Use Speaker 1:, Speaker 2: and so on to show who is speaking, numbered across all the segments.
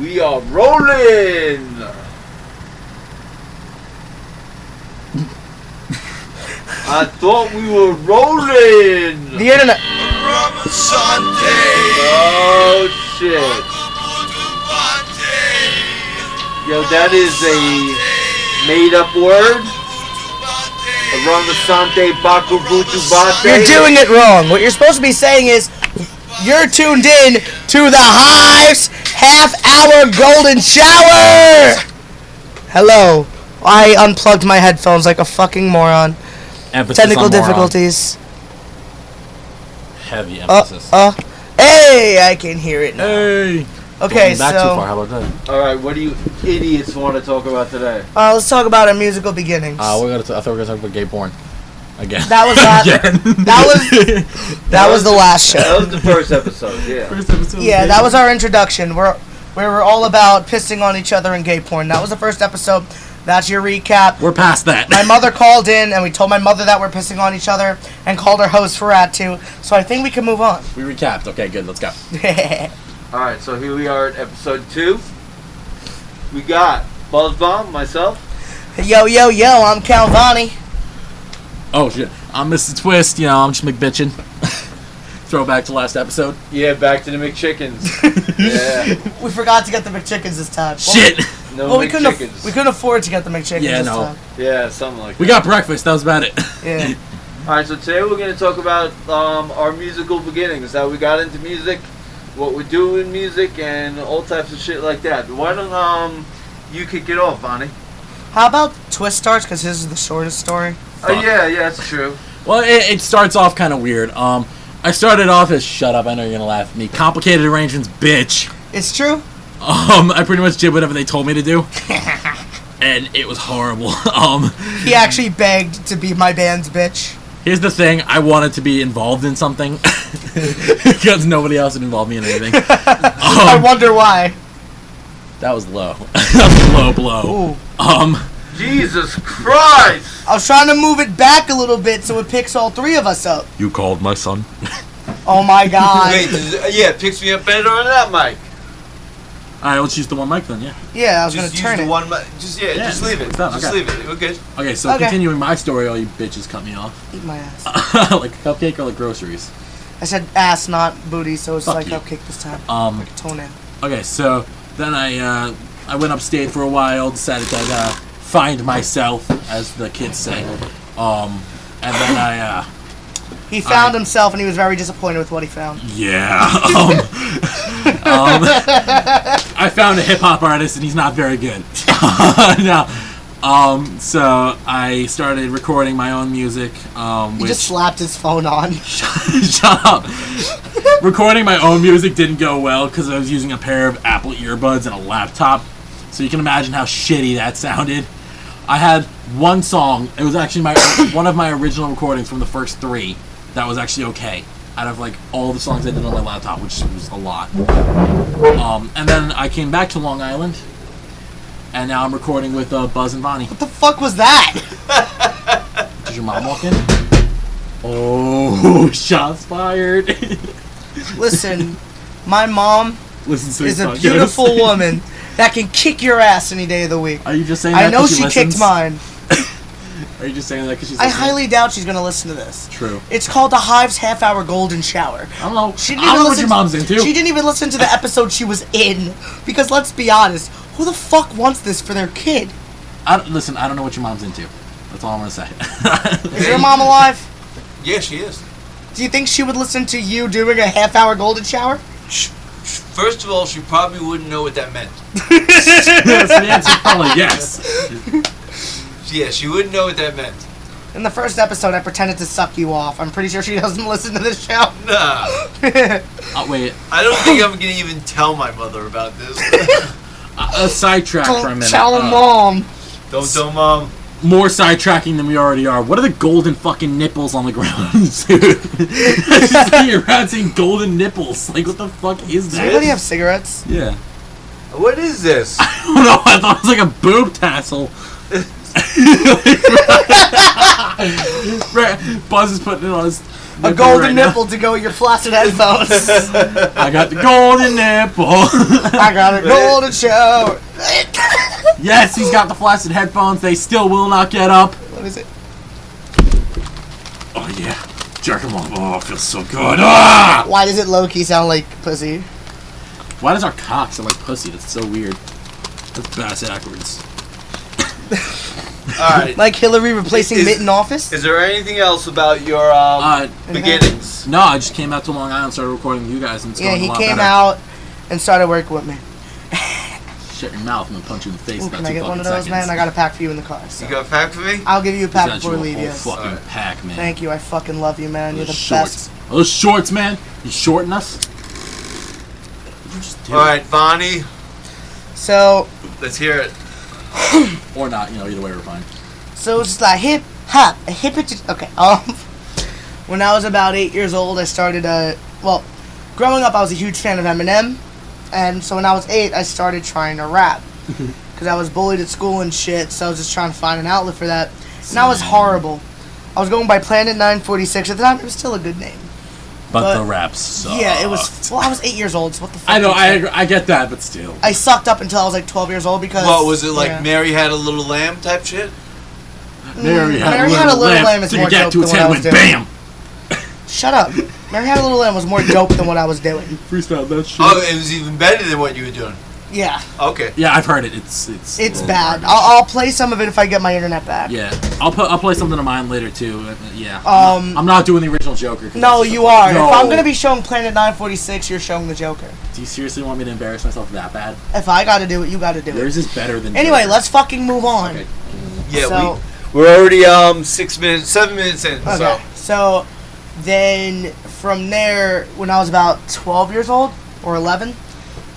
Speaker 1: We are rolling. I thought we were rolling.
Speaker 2: The internet.
Speaker 1: Oh shit! Yo, that is a made-up word. Ramasante Bakubutu Bate.
Speaker 2: You're doing it wrong. What you're supposed to be saying is you're tuned in to the Hives half hour golden shower. Hello. I unplugged my headphones like a fucking moron.
Speaker 3: Emphasis
Speaker 2: Technical
Speaker 3: on moron.
Speaker 2: difficulties.
Speaker 3: Heavy
Speaker 2: Uh,
Speaker 3: emphasis.
Speaker 2: uh. Hey, I can hear it now.
Speaker 3: hey.
Speaker 2: Okay,
Speaker 3: Going back too far.
Speaker 2: so
Speaker 3: How about that? Uh,
Speaker 1: All right, what do you idiots want to talk about today?
Speaker 2: uh, let's talk about our musical beginnings.
Speaker 3: Uh, we're gonna. T- I thought we were gonna talk about gay porn again.
Speaker 2: That was not-
Speaker 3: again.
Speaker 2: that was that was the last
Speaker 1: That
Speaker 2: show.
Speaker 1: was the first episode. Yeah.
Speaker 3: First episode of
Speaker 2: Yeah,
Speaker 3: gay
Speaker 2: that was
Speaker 3: porn.
Speaker 2: our introduction. We're we were all about pissing on each other and gay porn. That was the first episode. That's your recap.
Speaker 3: We're past that.
Speaker 2: my mother called in and we told my mother that we're pissing on each other and called our host for rat too. So I think we can move on.
Speaker 3: we recapped. Okay, good. Let's go.
Speaker 1: All right, so here we are at episode two. We got Buzz Bomb, myself.
Speaker 2: yo, yo, yo, I'm Calvani.
Speaker 3: Oh shit. I'm Mr. Twist. You know, I'm just McBitchin. Throwback to last episode.
Speaker 1: Yeah, back to the McChickens. yeah.
Speaker 2: We forgot to get the McChickens this time. Well,
Speaker 3: Shit.
Speaker 1: No
Speaker 2: Well, we couldn't af-
Speaker 1: McChickens.
Speaker 2: we couldn't afford to get the McChickens
Speaker 3: Yeah,
Speaker 2: this
Speaker 3: no.
Speaker 2: time.
Speaker 1: yeah, something like
Speaker 3: We got breakfast. That was about it.
Speaker 2: Yeah.
Speaker 1: All right, so today we're going to talk about um, our musical beginnings, how we got into music, what we do in music, and all types of shit like that. Why don't um you kick it off, Bonnie?
Speaker 2: How about twist starts? Because his is the shortest story.
Speaker 1: Oh yeah, yeah, that's true.
Speaker 3: Well, it, it starts off kind of weird. Um, I started off as shut up. I know you're gonna laugh at me. Complicated arrangements, bitch.
Speaker 2: It's true.
Speaker 3: Um, I pretty much did whatever they told me to do, and it was horrible. Um,
Speaker 2: He actually begged to be my band's bitch.
Speaker 3: here's the thing: I wanted to be involved in something because nobody else had involved me in anything.
Speaker 1: Oh.
Speaker 2: I
Speaker 3: Um,
Speaker 2: wonder why.
Speaker 3: that was low. that was a low
Speaker 1: Oh.
Speaker 3: blow.
Speaker 2: Ooh.
Speaker 3: Um,
Speaker 1: Jesus Christ!
Speaker 2: I was trying to move it back a little bit so it picks all three of us up.
Speaker 3: you called my son.
Speaker 2: Oh my god.
Speaker 1: Wait, does it- uh, yeah, it picks me up better on that mic.
Speaker 3: All right, let's use the one mic then. Yeah.
Speaker 2: Yeah, I was
Speaker 1: Just
Speaker 2: gonna
Speaker 1: use
Speaker 2: turn
Speaker 1: the
Speaker 2: it.
Speaker 1: one mic. Just yeah,
Speaker 3: Yeah,
Speaker 1: just leave it.
Speaker 3: it's done,
Speaker 1: Just
Speaker 3: okay.
Speaker 1: leave it. We're good.
Speaker 3: Okay, so
Speaker 2: Okay.
Speaker 3: continuing my story, all you bitches cut me off
Speaker 2: Eat my ass.
Speaker 3: like cupcake or like groceries.
Speaker 2: I said ass, not booty, so it's
Speaker 3: Fuck
Speaker 2: like
Speaker 3: you.
Speaker 2: cupcake this time.
Speaker 3: Um,
Speaker 2: like a toenail.
Speaker 3: Okay, so then I uh, I went upstate for a while, decided to uh, find myself, as the kids say. Um, and then I uh,
Speaker 2: He found himself and he was very disappointed with what he found.
Speaker 3: yeah, um, um, I found a hip hop artist, and he's not very good. no. Um, so I started recording my own music, um,
Speaker 2: He
Speaker 3: which
Speaker 2: just slapped his phone on.
Speaker 3: Shut up. Recording my own music didn't go well because I was using a pair of Apple earbuds and a laptop. So you can imagine how shitty that sounded. I had one song. It was actually my one of my original recordings from the first three that was actually okay out of like all the songs I did on my laptop, which was a lot. Um, and then I came back to Long Island, and now I'm recording with uh, Buzz and Bonnie.
Speaker 2: What the fuck was that?
Speaker 3: Did your mom walk in? Oh, shots fired.
Speaker 2: Listen, my mom
Speaker 3: Listen to
Speaker 2: is
Speaker 3: this
Speaker 2: a
Speaker 3: podcast.
Speaker 2: beautiful woman that can kick your ass any day of the week.
Speaker 3: Are you just saying that
Speaker 2: I know
Speaker 3: 'cause
Speaker 2: she kicked
Speaker 3: listens?
Speaker 2: mine.
Speaker 3: Are you just saying that because she's
Speaker 2: I
Speaker 3: listening?
Speaker 2: highly doubt she's gonna listen to this.
Speaker 3: True.
Speaker 2: It's called the Hive's Half Hour Golden Shower.
Speaker 3: I don't know.
Speaker 2: She
Speaker 3: She
Speaker 2: didn't
Speaker 3: didn't I
Speaker 2: even
Speaker 3: don't know what
Speaker 2: listen
Speaker 3: your
Speaker 2: to-
Speaker 3: mom's into.
Speaker 2: She didn't even listen to the episode she was in. Because let's be honest, who the fuck wants this for their kid?
Speaker 3: I don't, listen, I don't know what your mom's into. That's all I'm going to say.
Speaker 2: Is your mom alive?
Speaker 1: Yeah, she is.
Speaker 2: Do you think she would listen to you doing a half hour golden shower?
Speaker 1: First of all, she probably wouldn't know what that meant.
Speaker 3: yes, the answer is probably yes.
Speaker 1: Yeah, she wouldn't know what that meant.
Speaker 2: In the first episode, I pretended to suck you off. I'm pretty sure she doesn't listen to this show.
Speaker 1: Nah,
Speaker 3: Uh, wait,
Speaker 1: I don't think I'm gonna even tell my mother about this.
Speaker 3: a sidetrack for a
Speaker 2: Don't
Speaker 3: minute.
Speaker 2: tell
Speaker 3: Uh,
Speaker 2: mom.
Speaker 1: don't tell mom.
Speaker 3: More sidetracking than we already are. What are the golden fucking nipples on the ground, dude? I just see you around seeing golden nipples. Like, what the fuck is
Speaker 2: Does
Speaker 3: that?
Speaker 2: anybody have cigarettes?
Speaker 3: Yeah.
Speaker 1: What is this?
Speaker 3: Oh no, I thought it was like a boob tassel. right, Buzz is putting it on his
Speaker 2: a
Speaker 3: Nipple
Speaker 2: golden
Speaker 3: right now.
Speaker 2: nipple to go with your flaccid headphones.
Speaker 3: I got the golden nipple.
Speaker 2: I got a golden shower.
Speaker 3: yes, he's got the flaccid headphones. They still will not get up.
Speaker 2: What is it?
Speaker 3: Oh yeah, jerk him off. Oh, it feels so good. Ah!
Speaker 2: Why does it low key sound like pussy?
Speaker 3: Why does our cock sound like pussy? That's so weird. That's bass backwards.
Speaker 1: All right.
Speaker 2: Like Hillary replacing
Speaker 1: Is-
Speaker 2: Mitt in office?
Speaker 1: Is there anything else about your um,
Speaker 3: Uh,
Speaker 1: beginnings?
Speaker 3: no, I just came out to Long Island, and started recording with you guys, and it's
Speaker 2: Yeah,
Speaker 3: going
Speaker 2: he
Speaker 3: a lot
Speaker 2: came
Speaker 3: better.
Speaker 2: out and started working with me.
Speaker 3: Shut your mouth! I'm gonna punch you in the face.
Speaker 2: Ooh,
Speaker 3: in about
Speaker 2: can I
Speaker 3: two
Speaker 2: get one of
Speaker 3: fucking
Speaker 2: those,
Speaker 3: seconds.
Speaker 2: man? I got a pack for you in the car.
Speaker 1: You
Speaker 2: So.
Speaker 1: got a pack for me?
Speaker 2: I'll give you a
Speaker 3: He's
Speaker 2: pack
Speaker 3: got
Speaker 2: before
Speaker 3: you
Speaker 2: we
Speaker 3: a
Speaker 2: leave,
Speaker 3: whole
Speaker 2: yes.
Speaker 3: fucking
Speaker 1: Alright.
Speaker 3: pack, man.
Speaker 2: Thank you. I fucking love you, man. You're
Speaker 3: Those
Speaker 2: the
Speaker 3: shorts.
Speaker 2: best.
Speaker 3: Are those shorts, man. You shorting us? What'd you just do?
Speaker 1: All right, Vonnie.
Speaker 2: So,
Speaker 1: Let's hear it.
Speaker 3: Or not, you know, either way we're fine.
Speaker 2: so it's just like hip hop, a hip it. Okay. Um, when I was about eight years old, I started. Uh, well, growing up, I was a huge fan of Eminem, and so when I was eight, I started trying to rap because I was bullied at school and shit. So I was just trying to find an outlet for that, and I was horrible. I was going by Planet 946 at the time. It was still a good name.
Speaker 3: But,
Speaker 2: But-
Speaker 3: the raps suck.
Speaker 2: Yeah, it was. Well, I was eight years old. So what the fuck?
Speaker 3: I
Speaker 2: do
Speaker 3: know,
Speaker 2: you
Speaker 3: I
Speaker 2: expect?
Speaker 3: agree, I get that, but still.
Speaker 2: I sucked up until I was like 12 years old because.
Speaker 1: What was it like?
Speaker 2: yeah.
Speaker 1: Mary had a little lamb type shit.
Speaker 3: Mary had,
Speaker 2: Mm. Mary
Speaker 3: a
Speaker 2: Had a Little
Speaker 3: little lamb.
Speaker 2: Lamb is
Speaker 3: took
Speaker 2: more
Speaker 3: a
Speaker 2: dope
Speaker 3: gap to
Speaker 2: than
Speaker 3: its
Speaker 2: what I
Speaker 3: head,
Speaker 2: was
Speaker 3: went
Speaker 2: doing.
Speaker 3: bam.
Speaker 2: Shut up. Mary Had a Little Lamb was more dope than what I was doing.
Speaker 3: Freestyle that shit.
Speaker 1: Oh, it was even better than what you were doing.
Speaker 2: Yeah,
Speaker 1: Okay.
Speaker 3: yeah, I've heard it. It's it's
Speaker 2: it's
Speaker 3: oh,
Speaker 2: bad.
Speaker 3: garbage.
Speaker 2: I'll, I'll play some of it if I get my internet back.
Speaker 3: yeah, I'll put I'll play something of mine later too. uh, Yeah.
Speaker 2: Um,
Speaker 3: I'm not doing the original Joker. 'cause
Speaker 2: No,
Speaker 3: that's just
Speaker 2: you
Speaker 3: a-
Speaker 2: are.
Speaker 3: No.
Speaker 2: If I'm gonna be showing Planet 946, you're showing the Joker.
Speaker 3: Do you seriously want me to embarrass myself that bad?
Speaker 2: If I gotta do it, you gotta do it.
Speaker 3: Yours is better than.
Speaker 2: Anyway,
Speaker 3: Joker.
Speaker 2: let's fucking move on.
Speaker 3: Okay.
Speaker 1: Yeah,
Speaker 2: so,
Speaker 1: we we're already um six minutes, seven minutes in. So
Speaker 2: okay. So, then from there, when I was about 12 years old or 11,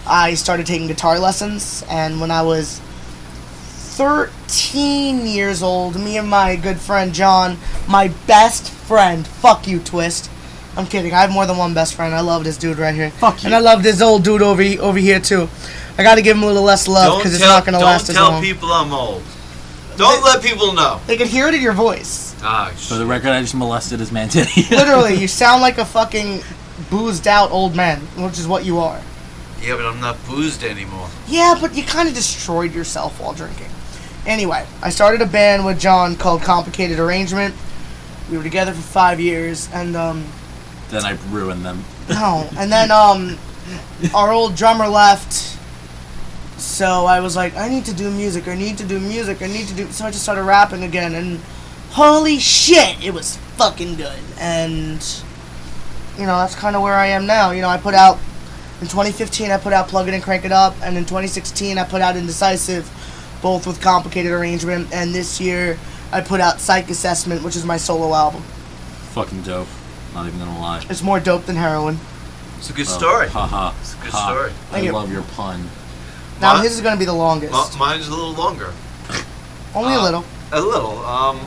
Speaker 2: I started taking guitar lessons. And when I was 13 years old, me and my good friend John, my best friend, fuck you, Twist. I'm kidding. I have more than one best friend. I love this dude right here.
Speaker 3: Fuck you.
Speaker 2: And I love this old dude over he- over here too. I gotta give him a little less love
Speaker 1: don't
Speaker 2: because it's
Speaker 1: tell,
Speaker 2: not gonna
Speaker 1: don't
Speaker 2: last as
Speaker 1: tell
Speaker 2: long.
Speaker 1: people I'm old. Don't
Speaker 2: They-
Speaker 1: let people know.
Speaker 2: They can hear it in your voice.
Speaker 1: Ah,
Speaker 3: For
Speaker 1: sh-
Speaker 3: the record, I just molested his man titty.
Speaker 2: Literally, you sound like a fucking boozed out old man, which is what you are.
Speaker 1: yeah, but I'm not boozed anymore.
Speaker 2: Yeah, but you kind of destroyed yourself while drinking. Anyway, I started a band with John called Complicated Arrangement. We were together for five years, and um,
Speaker 3: then I ruined them.
Speaker 2: no, and then um, our old drummer left. So I was like, I need to do music. I need to do music. I need to do. So I just started rapping again, and holy shit, it was fucking good. And you know, that's kind of where I am now. You know, I put out in 2015, I put out Plug It and Crank It Up, and in 2016, I put out Indecisive, both with Complicated Arrangement. And this year, I put out Psych Assessment, which is my solo album.
Speaker 3: Fucking dope. Not even gonna lie.
Speaker 2: It's more dope than heroin.
Speaker 1: It's a good
Speaker 3: Oh,
Speaker 1: story.
Speaker 3: Ha ha.
Speaker 1: It's a good
Speaker 3: ha.
Speaker 1: story.
Speaker 3: I
Speaker 2: Thank you.
Speaker 3: love your pun.
Speaker 2: Now
Speaker 1: Mi-
Speaker 2: his is gonna be the longest.
Speaker 1: mi- mine's a little longer.
Speaker 2: Only a
Speaker 1: Uh,
Speaker 2: little.
Speaker 1: A little. Um,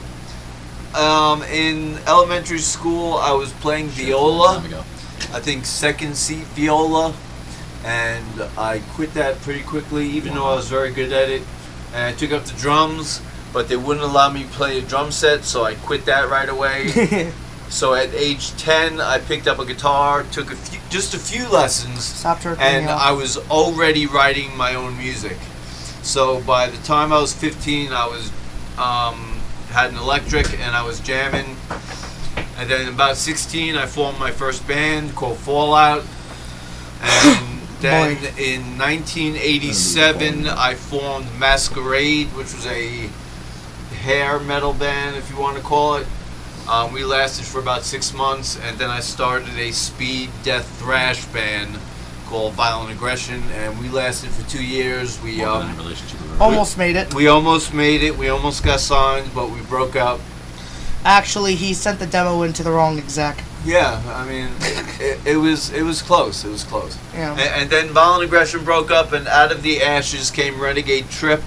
Speaker 1: um, in elementary school, I was playing
Speaker 3: Time
Speaker 1: viola.
Speaker 3: ago.
Speaker 1: I think second seat viola, and I quit that pretty quickly, even though I was very good at it. And I took up the drums, but they wouldn't allow me to play a drum set, so I quit that right away. so at age ten, I picked up a guitar, took a few, just a few lessons,
Speaker 2: Stop jerking me
Speaker 1: and
Speaker 2: off.
Speaker 1: I was already writing my own music. So by the time I was 15, I was um, had an electric and I was jamming. And then about 16, I formed my first band called Fallout. And then
Speaker 2: Boy.
Speaker 1: in 1987, I formed Masquerade, which was a hair metal band, if you want to call it. Um, we lasted for about six months, and then I started a speed death thrash band called Violent Aggression, and we lasted for two years. We
Speaker 3: More than
Speaker 1: um,
Speaker 3: a relationship with a
Speaker 2: Almost made it.
Speaker 1: we almost made it. We almost got signed, but we broke up.
Speaker 2: Actually, he sent the demo into the wrong exec.
Speaker 1: Yeah, I mean, it, it was it was close. It was close.
Speaker 2: Yeah.
Speaker 1: And, and then Violent Aggression broke up, and out of the ashes came Renegade Trip,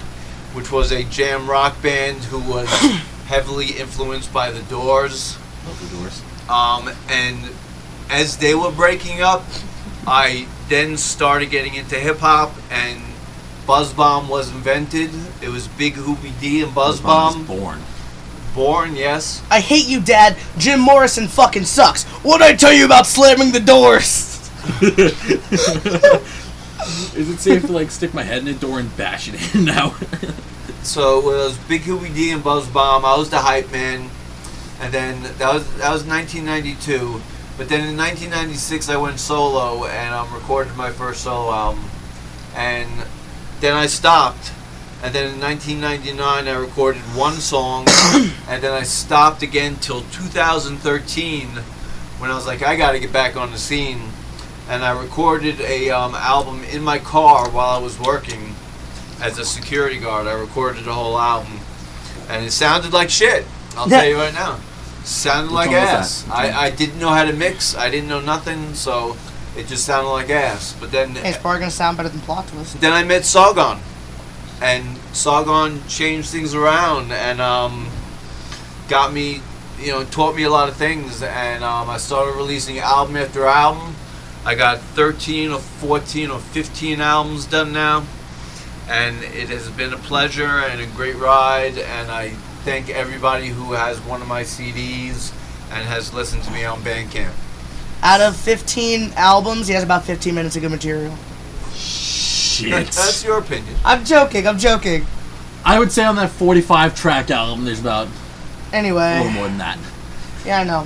Speaker 1: which was a jam rock band who was heavily influenced by The Doors.
Speaker 3: Love the doors.
Speaker 1: Um, and as they were breaking up, I then started getting into hip hop, and Buzz Bomb was invented. It was Big Hoopy D and Buzz
Speaker 3: Buzz Bomb
Speaker 1: Bomb.
Speaker 3: was born.
Speaker 1: Born, yes.
Speaker 2: I hate you, Dad. Jim Morrison fucking sucks. What'd I tell you about slamming the doors?
Speaker 3: Is it safe to like stick my head in a door and bash it in now?
Speaker 1: So it was Big Huey D and Buzz Bomb. I was the hype man, and then that was that was 1992. But then in 1996, I went solo and um, recorded my first solo album, and then I stopped. And then in 1999, I recorded one song, and then I stopped again till 2013, when I was like, I got to get back on the scene, and I recorded a um, album in my car while I was working as a security guard. I recorded the whole album, and it sounded like shit. I'll
Speaker 2: Yeah.
Speaker 1: tell you right now, sounded like
Speaker 3: one was that?
Speaker 1: ass.
Speaker 3: Which one?
Speaker 1: I, I didn't know how to mix. I didn't know nothing, so it just sounded like ass. But then
Speaker 2: Hey, it's probably gonna sound better than plot twist.
Speaker 1: then I met Sargon, and Sargon changed things around and um, got me, you know, taught me a lot of things. And um, I started releasing album after album. I got 13 or 14 or 15 albums done now, and it has been a pleasure and a great ride. And I thank everybody who has one of my CDs and has listened to me on Bandcamp.
Speaker 2: Out of 15 albums, he has about 15 minutes of good material.
Speaker 3: Shit.
Speaker 1: That's your opinion.
Speaker 2: I'm joking. I'm joking.
Speaker 3: I would say on that 45 track album, there's about a little
Speaker 2: Anyway,
Speaker 3: more than that.
Speaker 2: yeah, I know.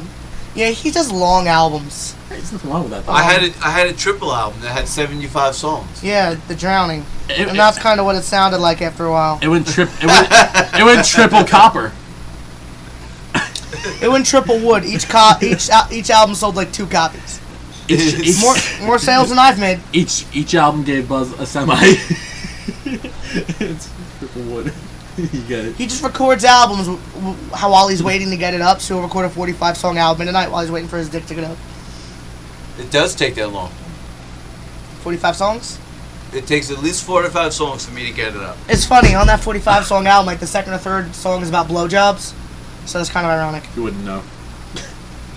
Speaker 2: Yeah, he does long albums.
Speaker 3: There's nothing wrong with that. Though.
Speaker 1: I had a, I had a triple album that had 75 songs.
Speaker 2: Yeah, The Drowning,
Speaker 3: it,
Speaker 2: and that's
Speaker 3: it-
Speaker 2: kind of what it sounded like after a while.
Speaker 3: it went trip. It went, it went triple copper.
Speaker 2: It went triple wood. Each cop, each al- each album sold like two copies.
Speaker 3: Each, each,
Speaker 2: More more sales than I've made.
Speaker 3: each each album gave Buzz a semi. it's triple wood. you got it.
Speaker 2: He just records albums w- w- how while he's waiting to get it up. So he'll record a 45 song album in a night while he's waiting for his dick to get up.
Speaker 1: It does take that long.
Speaker 2: 45 songs.
Speaker 1: It takes at least four to five songs for me to get it up.
Speaker 2: It's funny on that 45 song album, like the second or third song is about blowjobs, so that's kind of ironic.
Speaker 3: You wouldn't know.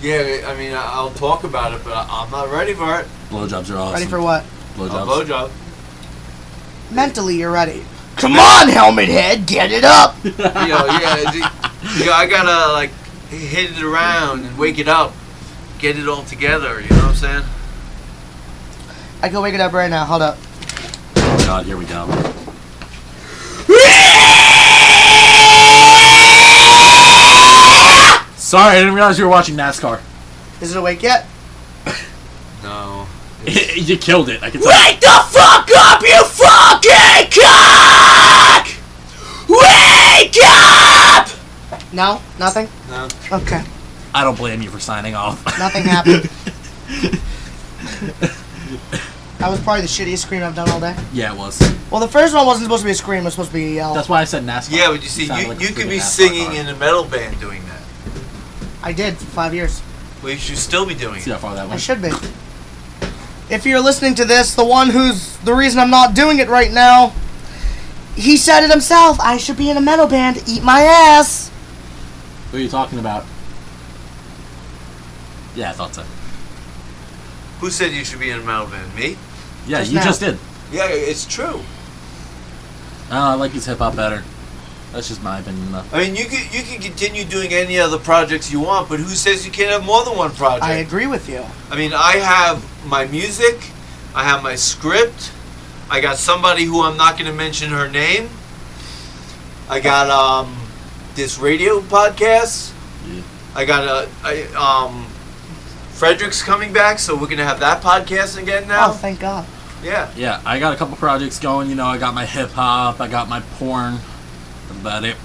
Speaker 1: Yeah, I mean, I- I'll talk about it, but I- I'm not ready for it.
Speaker 3: Blowjobs are awesome.
Speaker 2: Ready for what?
Speaker 1: A
Speaker 3: Blowjobs.
Speaker 1: blowjob.
Speaker 2: Mentally, you're ready. Come on, helmet head, get it up.
Speaker 1: You know, yeah, the- you know, I gotta like hit it around and wake it up, get it all together. You know what I'm saying?
Speaker 2: I can wake it up right now. Hold up.
Speaker 3: Oh God, here we go. Sorry, I didn't realize you were watching NASCAR.
Speaker 2: Is it awake yet?
Speaker 1: No.
Speaker 3: you killed it. I can tell.
Speaker 2: Wake the fuck up, you fucking cock! Wake up! No, nothing.
Speaker 1: No.
Speaker 2: Okay,
Speaker 3: I don't blame you for signing off.
Speaker 2: nothing happened. that was probably the shittiest scream I've done all day.
Speaker 3: yeah, it was.
Speaker 2: Well, the first one wasn't supposed to be a scream. It was supposed to be a yell.
Speaker 3: That's why I said NASCAR.
Speaker 1: Yeah, but you see,
Speaker 3: sounded
Speaker 1: you,
Speaker 3: like a
Speaker 1: you could
Speaker 3: freaking
Speaker 1: be
Speaker 3: NASCAR
Speaker 1: singing
Speaker 3: car.
Speaker 1: in a metal band doing that.
Speaker 2: I did for five years.
Speaker 1: Well, you should still be doing
Speaker 3: See
Speaker 1: it.
Speaker 3: how far that
Speaker 2: I
Speaker 3: went.
Speaker 2: should be. If you're listening to this, the one who's the reason I'm not doing it right now, he said it himself. I should be in a metal band. Eat my ass.
Speaker 3: What are you talking about? Yeah, I thought so.
Speaker 1: Who said you should be in a metal band? Me?
Speaker 3: Yeah,
Speaker 2: Just
Speaker 3: you
Speaker 2: now.
Speaker 3: just did.
Speaker 1: Yeah, it's true.
Speaker 3: Oh, I like his hip hop better. That's just my opinion, though.
Speaker 1: I mean, you could you can continue doing any other projects you want, but who says you can't have more than one project?
Speaker 2: I agree with you.
Speaker 1: I mean, I have my music, I have my script, I got somebody who I'm not going to mention her name. I got um, this radio podcast.
Speaker 3: Yeah.
Speaker 1: I got a, I, um, Frederick's coming back, so we're going to have that podcast again now.
Speaker 2: Oh, thank God.
Speaker 1: yeah.
Speaker 3: Yeah, I got a couple projects going. You know, I got my hip hop, I got my porn. That's about it.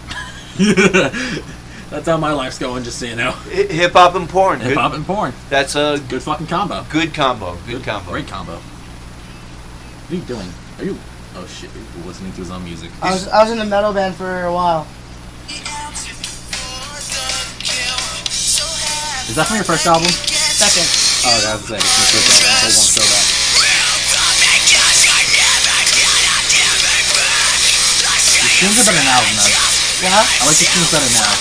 Speaker 3: That's how my life's going, just so you know.
Speaker 1: Hi- Hip hop and porn.
Speaker 3: Hip hop
Speaker 1: Good,
Speaker 3: and porn.
Speaker 1: that's a
Speaker 3: Good fucking combo.
Speaker 1: good combo. Good combo.
Speaker 3: Great combo. What are you doing? Are you. Oh shit, you're listening to his own music.
Speaker 2: I was I was in a metal band for a while.
Speaker 3: Is that from your first album?
Speaker 2: Second.
Speaker 3: Oh, that was like my first album. so it won't sell that. The tunes are better now than that.
Speaker 2: Yeah.
Speaker 3: I like the tunes better now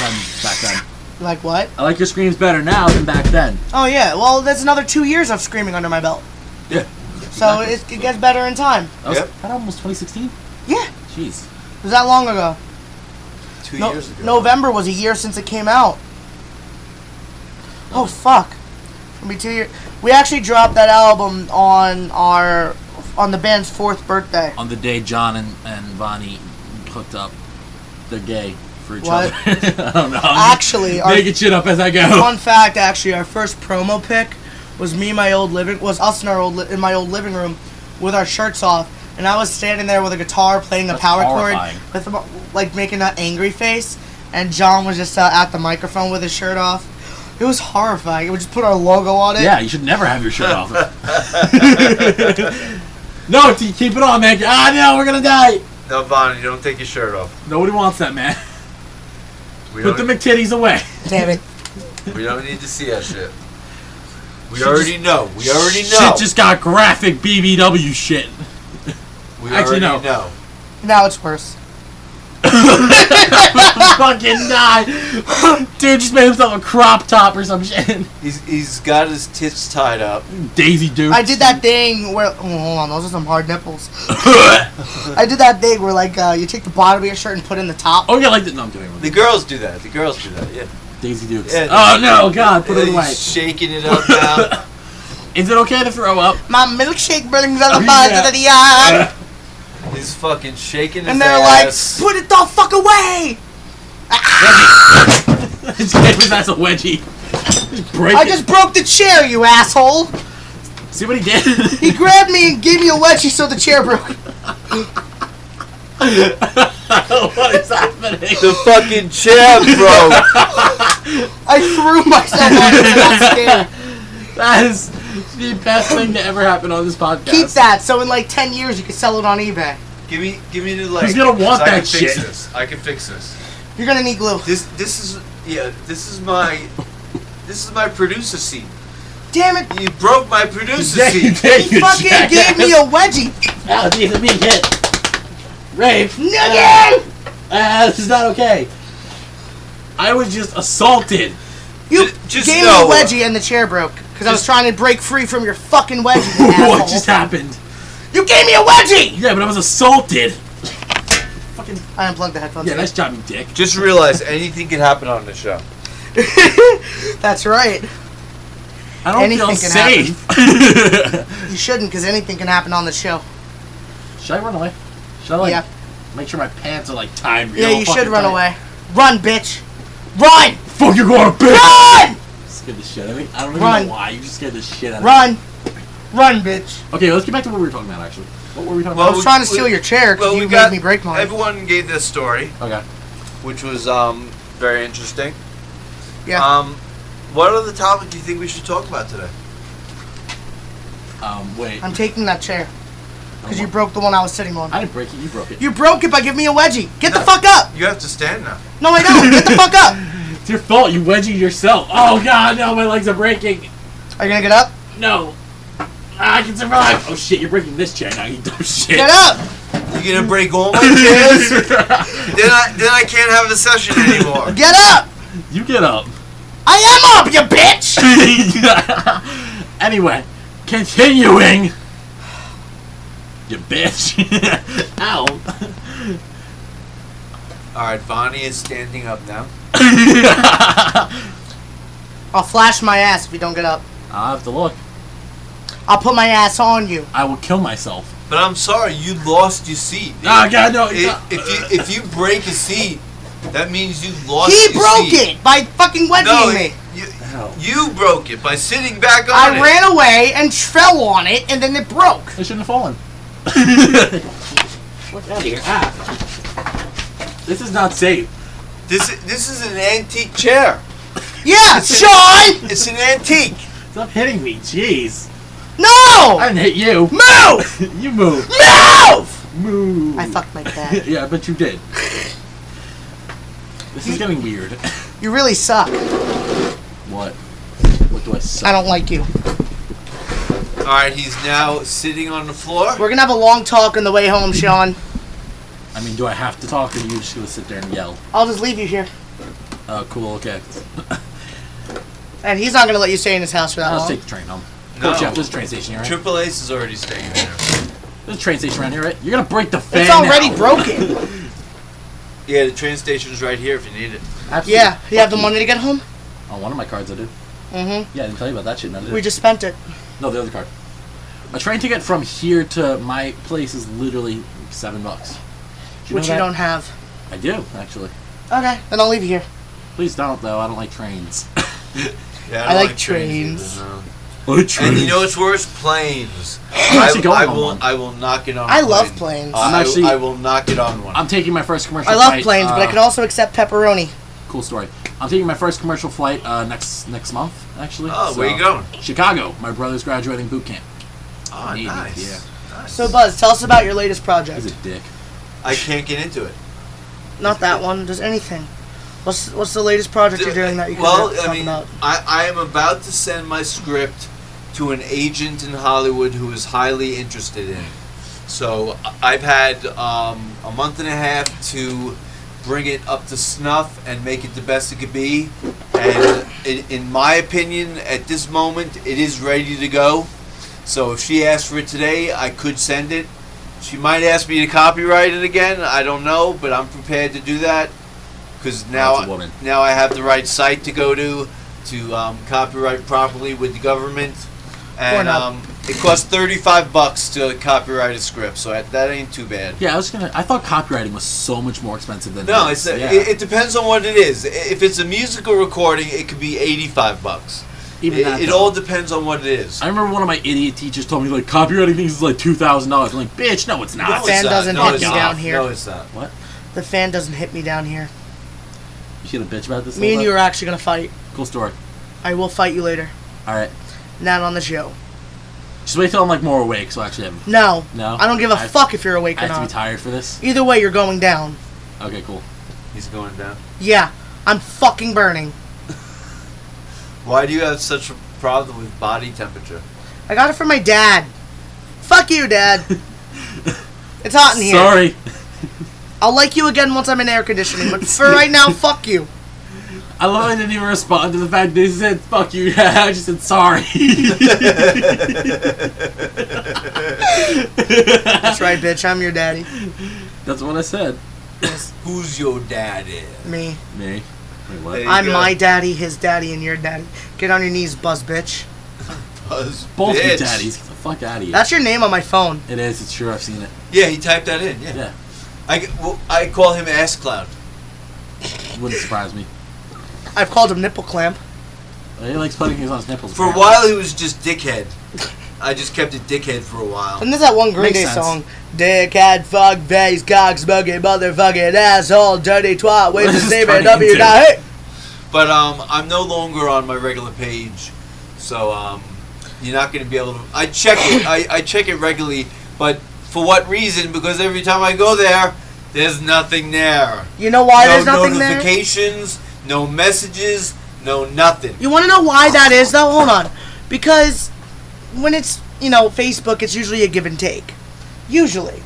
Speaker 3: than back then.
Speaker 2: Like what?
Speaker 3: I like your screams better now than back then.
Speaker 2: Oh yeah. Well, that's another two years of screaming under my belt.
Speaker 3: Yeah.
Speaker 2: So it, it gets better in time.
Speaker 3: That was
Speaker 1: Yep.
Speaker 3: that almost 2016?
Speaker 2: Yeah.
Speaker 3: Jeez.
Speaker 2: It was that long ago.
Speaker 1: two
Speaker 2: No-
Speaker 1: years ago.
Speaker 2: November was a year since it came out. Oh fuck! It'll be two years. We actually dropped that album on our on the band's fourth birthday.
Speaker 3: on the day John and, and Vonnie hooked up. They're gay for each
Speaker 2: What?
Speaker 3: other. I don't know. I'm just
Speaker 2: Actually, our
Speaker 3: making shit up as I go.
Speaker 2: fun fact actually our first promo pic was me in my old living was us in our old li- in my old living room with our shirts off and i was standing there with a guitar playing a
Speaker 3: That's
Speaker 2: power
Speaker 3: horrifying.
Speaker 2: chord with a- like making an angry face and john was just uh, at the microphone with his shirt off it was horrifying we just put our logo on it
Speaker 3: Yeah, you should never have your shirt off. no, t- keep it on, man. Ah, no, we're gonna die.
Speaker 1: No, Vaughn, you don't take your shirt off.
Speaker 3: Nobody wants that, man.
Speaker 1: We
Speaker 3: Put the
Speaker 1: don't,
Speaker 3: McTitties away.
Speaker 2: damn it
Speaker 1: we don't need to see that shit. We
Speaker 3: Shit
Speaker 1: already know. We already know.
Speaker 3: Shit just got graphic BBW shit.
Speaker 1: we
Speaker 3: actually,
Speaker 1: already
Speaker 3: no.
Speaker 1: know.
Speaker 2: now it's worse
Speaker 3: Fucking die. Dude just made himself a crop top or some shit.
Speaker 1: He's, he's got his tits tied up.
Speaker 3: Daisy Duke.
Speaker 2: i did that thing where oh, hold on those are some hard nipples i did that thing where like uh, you take the bottom of your shirt and put in the top
Speaker 3: Oh yeah, like that. No, I'm doing
Speaker 1: The
Speaker 3: one.
Speaker 1: girls do that. The girls do that. Yeah.
Speaker 3: Daisy Dukes.
Speaker 1: Yeah.
Speaker 3: oh no, God, put it
Speaker 1: He's
Speaker 3: away.
Speaker 1: shaking it up now.
Speaker 3: Is it okay to throw up?
Speaker 2: my milkshake brings out the
Speaker 3: Oh, Yeah.
Speaker 2: bars of the eye
Speaker 1: he's fucking shaking his
Speaker 2: And they're
Speaker 1: ass.
Speaker 2: like, put it the fuck away!
Speaker 3: That's a wedgie. Just break
Speaker 2: I
Speaker 3: it.
Speaker 2: just broke the chair, you asshole!
Speaker 3: see what he did.
Speaker 2: He grabbed me and gave me a wedgie so the chair broke.
Speaker 3: what is happening?
Speaker 1: the fucking chair, bro.
Speaker 2: I threw myself out of that chair.
Speaker 3: That is the best thing to ever happen on this podcast.
Speaker 2: Keep that, so in like 10 years you can sell it on eBay.
Speaker 1: Give me, give me the like.
Speaker 3: Who's gonna
Speaker 1: 'cause
Speaker 3: want
Speaker 1: I
Speaker 3: that
Speaker 1: can fix
Speaker 3: shit?
Speaker 1: This. I can fix this.
Speaker 2: You're gonna need glue.
Speaker 1: This, this is, yeah. This is my, this is my producer seat.
Speaker 2: Damn it!
Speaker 1: You broke my producer
Speaker 3: Yeah, you
Speaker 1: seat.
Speaker 3: did,
Speaker 2: He
Speaker 3: you
Speaker 2: fucking
Speaker 3: jackass.
Speaker 2: gave me a wedgie!
Speaker 3: Oh, these are being hit. Rafe.
Speaker 2: Nugget!
Speaker 3: Ah, this is not okay. I was just assaulted.
Speaker 2: You
Speaker 1: Ju- just
Speaker 2: gave
Speaker 1: know-
Speaker 2: me a wedgie and the chair broke. Because I was trying to break free from your fucking wedgie, you asshole.
Speaker 3: what just happened?
Speaker 2: You gave me a wedgie!
Speaker 3: Yeah, but I was assaulted. Fucking
Speaker 2: I unplugged the headphones.
Speaker 3: yeah, nice job, you dick.
Speaker 1: Just realize anything can happen on this show.
Speaker 2: That's right.
Speaker 3: I don't
Speaker 2: Anything can
Speaker 3: feel safe.
Speaker 2: You shouldn't, because anything can happen on the show.
Speaker 3: Should I run away? Should I like
Speaker 2: Yeah.
Speaker 3: make sure my pants are like timed?
Speaker 2: Yeah,
Speaker 3: real
Speaker 2: you
Speaker 3: fucking
Speaker 2: should run
Speaker 3: tight?
Speaker 2: away. Run, bitch! Run!
Speaker 3: Fuck, you're going to bitch.
Speaker 2: Run!
Speaker 3: Scared the shit out of me. I don't even
Speaker 2: Run.
Speaker 3: know why. You just scared the shit out of me.
Speaker 2: Run! Run, bitch!
Speaker 3: Okay, let's get back to what we were talking about. Actually, what were we talking
Speaker 2: I
Speaker 1: Well,
Speaker 2: was
Speaker 1: we-
Speaker 2: trying to
Speaker 1: we-
Speaker 2: steal your chair because you made me break mine.
Speaker 1: Everyone gave this story,
Speaker 3: about? Okay.
Speaker 1: which was um very interesting.
Speaker 2: yeah.
Speaker 1: Um, what other topic do you think we should talk about today?
Speaker 3: Um, wait.
Speaker 2: I'm taking that chair because you
Speaker 3: Oh,
Speaker 2: broke the one I was sitting on.
Speaker 3: I didn't break it. You broke it.
Speaker 2: You broke it by giving me a wedgie. Get the
Speaker 1: No.
Speaker 2: fuck up!
Speaker 1: You have to stand now.
Speaker 2: No, I don't. Get the fuck up!
Speaker 3: It's your fault. You wedged yourself. Oh god, no, my legs are breaking.
Speaker 2: Are you gonna get up?
Speaker 3: No. I can survive. Oh shit, you're breaking this chair now. You dumb shit.
Speaker 2: Get up!
Speaker 1: You're gonna break all my chairs. then I then I can't have the session anymore.
Speaker 2: Get up!
Speaker 3: you get up.
Speaker 2: I am up, you bitch!
Speaker 3: anyway, continuing. You bitch. Ow.
Speaker 1: All right, Bonnie is standing up now.
Speaker 2: I'll flash my ass if you don't get up.
Speaker 3: I'll have to look.
Speaker 2: I'll put my ass on you.
Speaker 3: I will kill myself.
Speaker 1: But I'm sorry, you lost your seat.
Speaker 3: Ah, god, no. it's
Speaker 1: If,
Speaker 3: not-
Speaker 1: if you if you break a seat, that means you lost.
Speaker 2: He
Speaker 1: your
Speaker 2: broke
Speaker 1: seat.
Speaker 2: it by fucking wedging
Speaker 1: No,
Speaker 2: me.
Speaker 1: you,
Speaker 3: Ow.
Speaker 1: you broke it by sitting back on
Speaker 2: I
Speaker 1: it.
Speaker 2: ran away and fell on it, and then it broke.
Speaker 3: I shouldn't have fallen. Look out of here. Ah. This is not safe.
Speaker 1: This i- this is an antique chair.
Speaker 2: Yeah, Sean!
Speaker 1: It's an antique.
Speaker 3: Stop hitting me. Jeez.
Speaker 2: No!
Speaker 3: I didn't hit you.
Speaker 2: Move!
Speaker 3: you move.
Speaker 2: Move!
Speaker 3: Move.
Speaker 2: I fucked my cat.
Speaker 3: yeah, but you did. This is getting weird.
Speaker 2: You really suck.
Speaker 3: What? What do I
Speaker 2: I
Speaker 3: suck?
Speaker 2: don't like you.
Speaker 1: All right, he's now sitting on the floor.
Speaker 2: We're gonna have a long talk on the way home, Sean.
Speaker 3: I mean, do I have to talk or are you just gonna sit there and yell?
Speaker 2: I'll just leave you here.
Speaker 3: Oh, cool, okay.
Speaker 2: And he's not gonna let you stay in his house for that
Speaker 3: I'll
Speaker 2: long.
Speaker 3: just take the train home.
Speaker 1: No.
Speaker 3: No. Jeff, there's a train station here, right?
Speaker 1: Triple Ace is already staying there.
Speaker 3: There's a train station around here, right? You're gonna break the fan
Speaker 2: it's already
Speaker 3: now.
Speaker 2: broken.
Speaker 1: Yeah, the train station's right here if you need it.
Speaker 3: Absolutely.
Speaker 2: Yeah, you have the
Speaker 3: Fuck
Speaker 2: money to get home?
Speaker 3: On one of my cards, I did.
Speaker 2: Mm-hmm.
Speaker 3: Yeah, I didn't tell you about that shit. No, I did.
Speaker 2: We just spent it.
Speaker 3: no, the other card. A train ticket from here to my place is literally seven bucks. Do
Speaker 2: which
Speaker 3: know
Speaker 2: you
Speaker 3: that?
Speaker 2: don't have.
Speaker 3: I do actually.
Speaker 2: Okay, then I'll leave you here.
Speaker 3: Please don't though. I don't like trains.
Speaker 1: Yeah,
Speaker 2: I
Speaker 1: don't
Speaker 2: like trains.
Speaker 1: either, no.
Speaker 3: Oh,
Speaker 1: And you know what's worse? Planes. I,
Speaker 3: actually going
Speaker 1: I
Speaker 3: on
Speaker 1: will.
Speaker 3: one.
Speaker 1: I will knock it on.
Speaker 2: I
Speaker 1: one.
Speaker 2: love planes.
Speaker 1: I-
Speaker 3: I'm
Speaker 1: I-
Speaker 3: actually-
Speaker 1: I will knock it on one.
Speaker 3: I'm taking my first commercial.
Speaker 2: I love
Speaker 3: flight,
Speaker 2: planes, but I
Speaker 3: uh,
Speaker 2: can also accept pepperoni.
Speaker 3: Cool story. I'm taking my first commercial flight uh, next next month actually.
Speaker 1: oh,
Speaker 3: So,
Speaker 1: where you going?
Speaker 3: Chicago. My brother's graduating boot camp.
Speaker 1: Oh,
Speaker 3: Neat,
Speaker 1: nice. Nice.
Speaker 2: So, Buzz, tell us about your latest
Speaker 3: He's
Speaker 2: project.
Speaker 3: a dick.
Speaker 1: I can't get into it.
Speaker 2: Not that one, just anything. What's what's the latest project you're doing that you can
Speaker 1: well,
Speaker 2: talk
Speaker 1: I mean,
Speaker 2: about?
Speaker 1: I, I am about to send my script to an agent in Hollywood who is highly interested in it. So I- I've had um, a month and a half to bring it up to snuff and make it the best it could be. And in, in my opinion, at this moment, it is ready to go. So if she asked for it today, I could send it. She might ask me to copyright it again. I don't know, but I'm prepared to do that because now
Speaker 3: That's a woman.
Speaker 1: now I have the right site to go to to um, copyright properly with the government.
Speaker 2: Or
Speaker 1: And
Speaker 2: not.
Speaker 1: um, it costs 35 bucks to copyright a script, so that- that ain't too bad.
Speaker 3: Yeah, I was gonna. I thought copywriting was so much more expensive than
Speaker 1: No,
Speaker 3: it
Speaker 1: it's
Speaker 3: is.
Speaker 1: a,
Speaker 3: yeah.
Speaker 1: it, it depends on what it is. I- If it's a musical recording, it could be 85 bucks.
Speaker 3: Even
Speaker 1: it
Speaker 3: that,
Speaker 1: it
Speaker 3: though.
Speaker 1: all depends on what it is.
Speaker 3: I remember one of my idiot teachers told me like copywriting things is like two thousand dollars. I'm like, bitch, no, it's
Speaker 1: No,
Speaker 3: not.
Speaker 1: it's
Speaker 2: fan
Speaker 1: not.
Speaker 2: doesn't
Speaker 1: No,
Speaker 2: hit
Speaker 1: it's
Speaker 2: me
Speaker 1: not.
Speaker 2: down here.
Speaker 1: No, it's not.
Speaker 3: What?
Speaker 2: The fan doesn't hit me down here.
Speaker 3: You should a bitch about this.
Speaker 2: Me and
Speaker 3: little
Speaker 2: you
Speaker 3: bit?
Speaker 2: are actually gonna fight.
Speaker 3: cool story.
Speaker 2: I will fight you later.
Speaker 3: All right,
Speaker 2: Not on the show.
Speaker 3: just wait till I'm like more awake, so I actually have.
Speaker 2: No.
Speaker 3: No?
Speaker 2: I don't give a
Speaker 3: I-
Speaker 2: fuck if you're awake
Speaker 3: I
Speaker 2: or
Speaker 3: have to be
Speaker 2: not.
Speaker 3: tired for this.
Speaker 2: Either way, you're going down.
Speaker 3: Okay, cool.
Speaker 1: He's going down.
Speaker 2: Yeah, I'm fucking burning.
Speaker 1: Why do you have such a problem with body temperature?
Speaker 2: I got it from my dad. Fuck you, dad. it's hot in here.
Speaker 3: Sorry.
Speaker 2: I'll like you again once I'm in air conditioning, but for right now, fuck you.
Speaker 3: I love I didn't even respond to the fact that he said "fuck you." I just said sorry.
Speaker 2: That's right, bitch. I'm your daddy.
Speaker 3: That's what I said.
Speaker 1: Who's your daddy?
Speaker 2: Me.
Speaker 3: Me. Wait, what?
Speaker 1: Hey.
Speaker 2: I'm
Speaker 1: go.
Speaker 2: my daddy, his daddy, and your daddy. Get on your knees, buzz bitch.
Speaker 1: Buzz
Speaker 3: Both your
Speaker 1: bitch.
Speaker 3: daddies. Get the fuck out of here.
Speaker 2: That's your name on my phone.
Speaker 3: it is. It's true. I've seen it.
Speaker 1: Yeah, he typed that in. Yeah.
Speaker 3: Yeah.
Speaker 1: I, g- well, I call him Ass Cloud.
Speaker 3: Wouldn't surprise me. Oh,
Speaker 2: I've called him nipple clamp.
Speaker 3: He likes putting things on his nipples.
Speaker 1: For a
Speaker 3: apparently.
Speaker 1: while, he was just dickhead. I just kept it dickhead for a while.
Speaker 2: And there's that one Green
Speaker 3: Makes
Speaker 2: Day
Speaker 3: sense.
Speaker 2: song. Dickhead, fuck face, cock, smoking, motherfucking asshole, dirty twat, waste
Speaker 3: This
Speaker 2: the
Speaker 3: is
Speaker 2: same
Speaker 3: turning
Speaker 2: W.
Speaker 3: into-
Speaker 2: Now, hey!
Speaker 1: But um, I'm no longer on my regular page, so um, you're not going to be able to. I check it. I, I check it regularly, but for what reason? Because every time I go there, there's nothing there.
Speaker 2: You know why
Speaker 1: no
Speaker 2: there's nothing there?
Speaker 1: notifications, no messages, no nothing.
Speaker 2: You want to know why that is, though? Hold on. Because when it's, you know, Facebook, it's usually a give and take. Usually.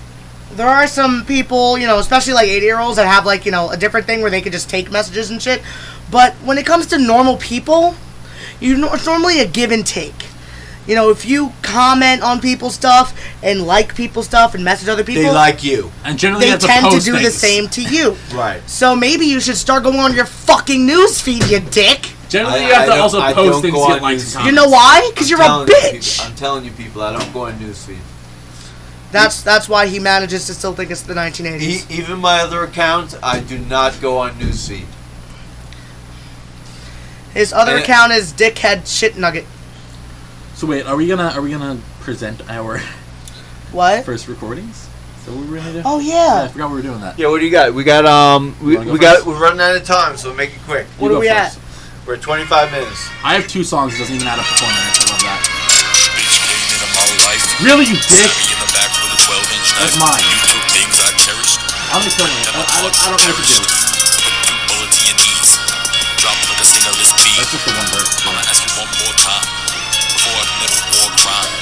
Speaker 2: There are some people, you know, especially like 80 year olds that have like, you know, a different thing where they could just take messages and shit. But when it comes to normal people, you know, it's normally a give and take. You know, if you comment on people's stuff and like people's stuff and message other people,
Speaker 1: They like you,
Speaker 3: And generally,
Speaker 2: they
Speaker 3: have
Speaker 2: tend to
Speaker 3: post
Speaker 2: do the
Speaker 3: things.
Speaker 2: same to you.
Speaker 1: right?
Speaker 2: So maybe you should start going on your fucking news feed, you dick.
Speaker 3: Generally,
Speaker 1: I-
Speaker 3: you have
Speaker 1: I
Speaker 3: to
Speaker 1: don't-
Speaker 3: also
Speaker 1: I
Speaker 3: post
Speaker 1: don't
Speaker 3: things
Speaker 1: go
Speaker 3: to
Speaker 1: on
Speaker 3: get likes and
Speaker 1: these-
Speaker 3: comments.
Speaker 2: You know why? Because you're a
Speaker 1: Telling you
Speaker 2: bitch.
Speaker 1: people- I'm telling you, people, I don't go on newsfeed.
Speaker 2: That's that's why he manages to still think it's the 1980s.
Speaker 1: E- even my other account, I do not go on newsfeed.
Speaker 2: His other
Speaker 1: and-
Speaker 2: account is Dickhead Shit Nugget.
Speaker 3: So wait, are we gonna are we gonna present our
Speaker 2: What?
Speaker 3: first recordings? Is that what we're gonna do?
Speaker 2: Oh
Speaker 3: yeah, I
Speaker 2: yeah.
Speaker 3: forgot we were doing that.
Speaker 1: Yeah, what do you got? We got um, we,
Speaker 3: You wanna go
Speaker 1: we got
Speaker 3: first?
Speaker 1: we're running out of time, so make it quick.
Speaker 2: What are
Speaker 3: You go
Speaker 2: we
Speaker 3: first.
Speaker 1: We're at 25 minutes.
Speaker 3: I have two songs. It doesn't even add up to four minutes. I love that.
Speaker 4: bitch came into my life.
Speaker 3: Really, you
Speaker 4: Stabbed
Speaker 3: dick?
Speaker 4: me in the back with a 12 inch knife.
Speaker 3: That's mine.
Speaker 4: You took things I cherished.
Speaker 3: I'm just killing it. I,
Speaker 4: And my
Speaker 3: I,
Speaker 4: blood
Speaker 3: I don't know what to do.
Speaker 4: perished. Put two bullets in your knees. Drop like a stainless bead.
Speaker 3: That's just the one verse.
Speaker 4: I'ma ask you one more time. Before I commit a war crime.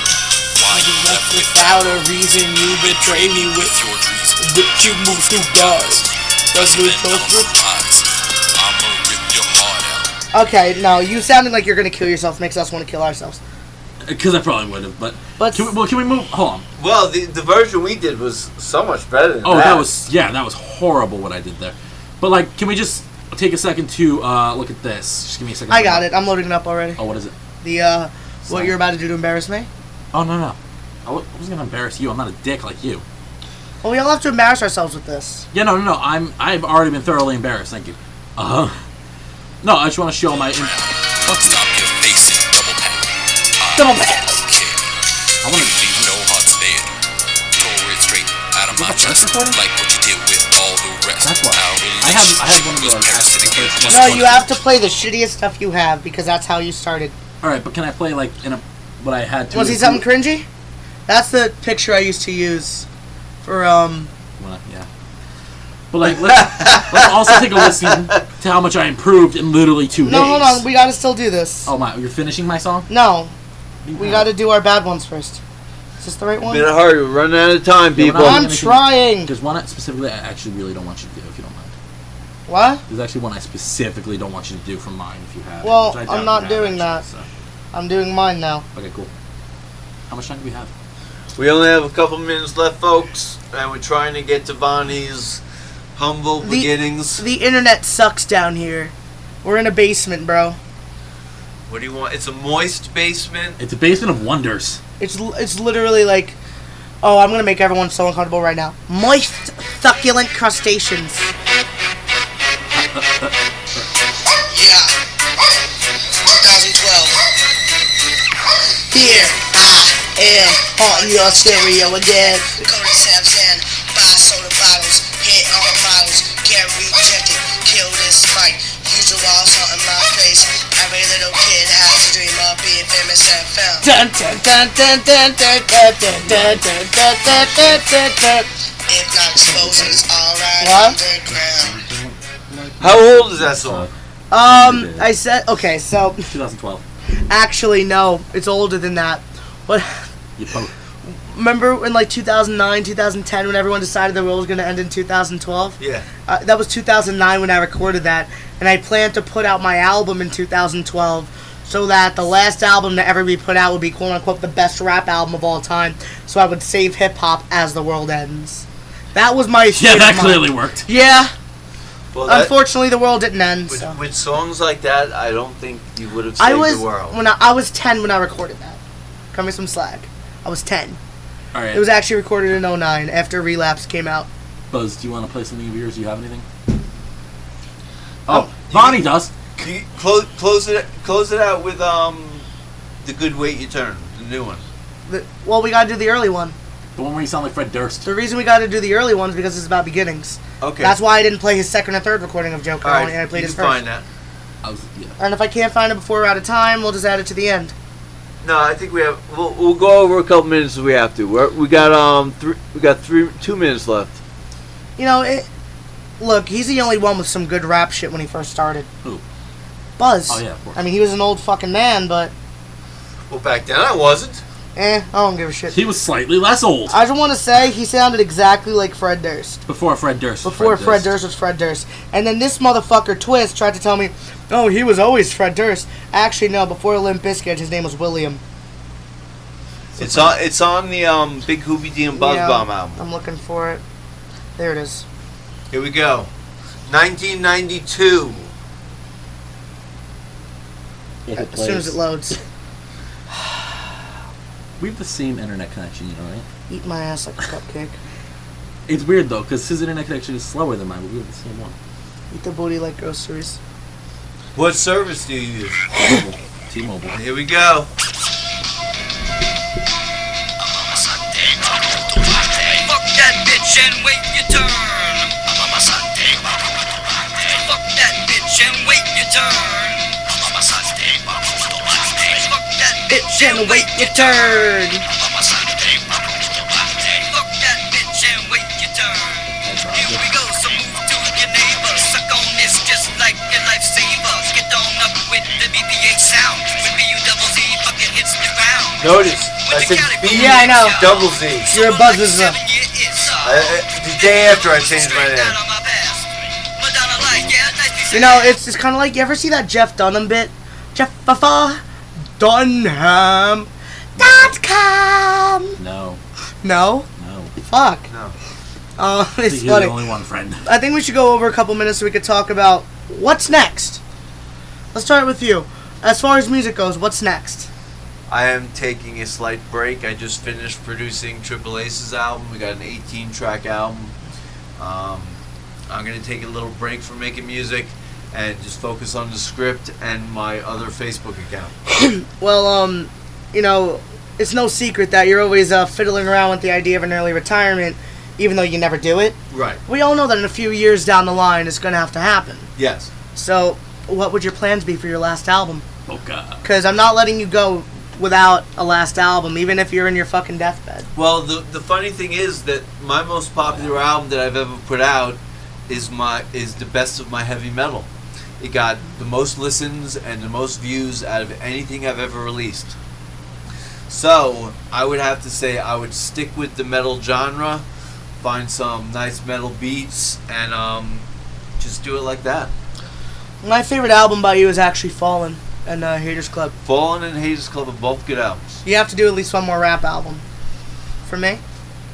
Speaker 4: Why you left without
Speaker 5: Without a reason, you betray me with
Speaker 4: your treason?
Speaker 5: But you move through bars. Does we
Speaker 4: Then
Speaker 5: both
Speaker 4: I'm times. I'ma rip your heart out.
Speaker 2: Okay, no, you sounding like you're gonna kill yourself makes us want to kill ourselves.
Speaker 3: Because I probably would have, but
Speaker 2: Let's-
Speaker 3: can we, well, can we move? Hold on.
Speaker 1: Well, the, the version we did was so much better than
Speaker 3: Oh, that was yeah, that was horrible what I did there. But like, can we just take a second to uh, look at this? Just give me a second.
Speaker 2: I got it. I'm loading it up already.
Speaker 3: Oh, what is it?
Speaker 2: The uh, what
Speaker 3: Sorry.
Speaker 2: you're about to do to embarrass me?
Speaker 3: Oh no no. I wa- I wasn't gonna embarrass you. I'm not a dick like you.
Speaker 2: Well, we all have to embarrass ourselves with this.
Speaker 3: Yeah, no, no, no. I'm I've already been thoroughly embarrassed. Thank you. Uh huh. No, I just want to show my. I
Speaker 4: Stop your basic double pack. I
Speaker 2: Double pack.
Speaker 4: don't care.
Speaker 3: want to.
Speaker 4: Leave no hearts there. Pour it straight out of my
Speaker 3: that first
Speaker 4: chest.
Speaker 3: recording?
Speaker 4: Like what you did with all the rest.
Speaker 3: That's why.
Speaker 4: Our
Speaker 3: I have- I have one of
Speaker 4: relationship was
Speaker 3: those.
Speaker 4: parasitic.
Speaker 3: That's the first
Speaker 4: Just
Speaker 2: No,
Speaker 3: one.
Speaker 4: one
Speaker 2: you have to play the shittiest stuff you have because that's how you started.
Speaker 3: All right, but can I play like in a what I had to?
Speaker 2: Was he something cringy? That's the picture I used to use for um.
Speaker 3: Well, yeah. But like, let's, let's also take a listen to how much I improved in literally two days.
Speaker 2: No, hold on. We gotta still do this.
Speaker 3: oh my, you're finishing my song.
Speaker 2: No, we gotta do our bad ones first. Is this the right one?
Speaker 1: I'm in a hurry. We're running out of time,
Speaker 3: Yeah, we're
Speaker 1: people.
Speaker 3: not-
Speaker 2: I'm trying.
Speaker 3: There's one I specifically I actually really don't want you to do if you don't mind.
Speaker 2: What?
Speaker 3: There's actually one I specifically don't want you to do from mine if you have. it,
Speaker 2: Well,
Speaker 3: which I
Speaker 2: I'm
Speaker 3: doubt you
Speaker 2: not
Speaker 3: have,
Speaker 2: doing
Speaker 3: actually,
Speaker 2: I'm doing mine now.
Speaker 3: so- Okay, cool. How much time do we have?
Speaker 1: We only have a couple minutes left, folks, and we're trying to get to Bonnie's humble
Speaker 2: The-
Speaker 1: beginnings.
Speaker 2: The internet sucks down here. We're in a basement, bro.
Speaker 1: What do you want? It's a moist basement.
Speaker 3: It's a basement of wonders.
Speaker 2: It's l- it's literally like, oh, I'm gonna make everyone so uncomfortable right now. Moist, succulent crustaceans.
Speaker 6: Yeah. 2012.
Speaker 2: Here I am haunting your stereo again.
Speaker 6: Go to Sam's End, buy soda bottles, hit all bottles, get rejected, kill this mic, use the walls haunting my face. Every little kid has a dream of being famous and found.
Speaker 2: Dun dun dun dun dun dun dun dun dun dun dun dun dun dun dun.
Speaker 6: If not exposed, it's alright
Speaker 2: What?
Speaker 6: underground.
Speaker 1: How old is that song?
Speaker 2: Um, I said okay. So
Speaker 3: 2012.
Speaker 2: actually, no, it's older than that. What?
Speaker 3: You poke.
Speaker 2: Remember in like 2009, 2010, when everyone decided the world was gonna end in 2012?
Speaker 1: Yeah.
Speaker 2: uh, that was 2009 when I recorded that, and I planned to put out my album in 2012, so that the last album to ever be put out would be quote unquote the best rap album of all time. So I would save hip hop as the world ends. That was my state
Speaker 3: Yeah,
Speaker 2: of
Speaker 3: that
Speaker 2: mind.
Speaker 3: clearly worked.
Speaker 2: Yeah,
Speaker 1: Well, that,
Speaker 2: unfortunately the world didn't end.
Speaker 1: with,
Speaker 2: So.
Speaker 1: with songs like that, I don't think you would have saved
Speaker 2: I was
Speaker 1: the world.
Speaker 2: when I, I was 10 when I recorded that. Cut me some slack. I was 10.
Speaker 3: All right,
Speaker 2: It was actually recorded in 09 after Relapse came out.
Speaker 3: Buzz. Do you want to play something of yours? Do you have anything? Oh, Bonnie does.
Speaker 1: Can you close, close it, close it out with um, the good weight you turn, the new one.
Speaker 2: The, well, we got to do the early one.
Speaker 3: The one where you sound like Fred Durst.
Speaker 2: The reason we got to do the early ones because it's about beginnings.
Speaker 1: Okay.
Speaker 2: That's why I didn't play his second or third recording of Joker.
Speaker 1: All
Speaker 2: I
Speaker 1: right.
Speaker 2: only- I played
Speaker 1: you
Speaker 2: his
Speaker 1: can
Speaker 2: first.
Speaker 1: find that.
Speaker 3: I was, yeah.
Speaker 2: And if I can't find it before we're out of time, we'll just add it to the end.
Speaker 1: No, I think we have. We'll, we'll go over a couple minutes if we have to. We're, we got um, three, we got three, two minutes left.
Speaker 2: You know, it, look, he's the only one with some good rap shit when he first started.
Speaker 3: Who?
Speaker 2: Buzz.
Speaker 3: Oh, yeah, of course.
Speaker 2: I mean, he was an old fucking man, but
Speaker 1: Well, back then I wasn't.
Speaker 2: eh, I don't give a shit.
Speaker 3: He was slightly less old
Speaker 2: I just want to say he sounded exactly like Fred Durst.
Speaker 3: before Fred Durst. was
Speaker 2: Before Fred, Durst. was Fred Durst. And then this motherfucker Twist tried to tell me, oh, he was always Fred Durst. Actually, no, before Limp Bizkit, his name was William.
Speaker 1: It's on. It's on the um, Big Hoobie D and Buzz
Speaker 2: Yeah,
Speaker 1: Bomb album.
Speaker 2: I'm looking for it. There it is.
Speaker 1: Here we go. 1992.
Speaker 3: If it
Speaker 2: As soon as it
Speaker 3: plays.
Speaker 2: loads.
Speaker 3: We have the same internet connection, you know, right?
Speaker 2: Eat my ass like a cupcake.
Speaker 3: It's weird though, because his internet connection is slower than mine, but we have the same one.
Speaker 2: Eat the booty like groceries.
Speaker 1: What service do you use?
Speaker 3: T-Mobile.
Speaker 1: Here we go.
Speaker 4: Fuck that bitch and wait your turn. I'm on my Sunday. Fuck that bitch and wait your turn. I'm on my Sunday. Fuck that bitch and wait your turn. I'm on my Sunday. Fuck that bitch and wait your turn. Here we go, so move to your neighbor. Suck on this just like your lifesaver. Get on up with the BBA sound. With BU double Z, fucking hits the ground.
Speaker 1: Notice I said B
Speaker 2: Yeah, I know.
Speaker 1: double Z.
Speaker 2: Your buzz is uh, up.
Speaker 1: I- I- uh, the day after I changed my name.
Speaker 2: You know, it's it's kind of like you ever see that Jeff Dunham bit? Jeff Fafa Dunham dot com.
Speaker 3: No,
Speaker 2: No,
Speaker 3: no.
Speaker 2: fuck.
Speaker 1: No.
Speaker 2: Uh,
Speaker 3: I
Speaker 2: it's
Speaker 3: think you're the
Speaker 2: funny.
Speaker 3: only one friend.
Speaker 2: I think we should go over a couple minutes so we could talk about what's next. Let's start with you. As far as music goes, what's next?
Speaker 1: I am taking a slight break. I just finished producing Triple Ace's album. We got an 18 track album. Um, I'm going to take a little break from making music and just focus on the script and my other Facebook account.
Speaker 2: Well, um, you know, it's no secret that you're always uh, fiddling around with the idea of an early retirement, even though you never do it.
Speaker 1: Right.
Speaker 2: We all know that in a few years down the line, it's going to have to happen.
Speaker 1: Yes.
Speaker 2: So, what would your plans be for your last album?
Speaker 3: Boca.
Speaker 2: Because I'm not letting you go without a last album, even if you're in your fucking deathbed.
Speaker 1: Well, the the funny thing is that my most popular album that I've ever put out is my is the best of my heavy metal. It got the most listens and the most views out of anything I've ever released. So I would have to say I would stick with the metal genre, find some nice metal beats, and um, just do it like that.
Speaker 2: My favorite album by you is actually Fallen and uh, Haters Club.
Speaker 1: Fallen and Hades Club are both good albums.
Speaker 2: You have to do at least one more rap album. For me?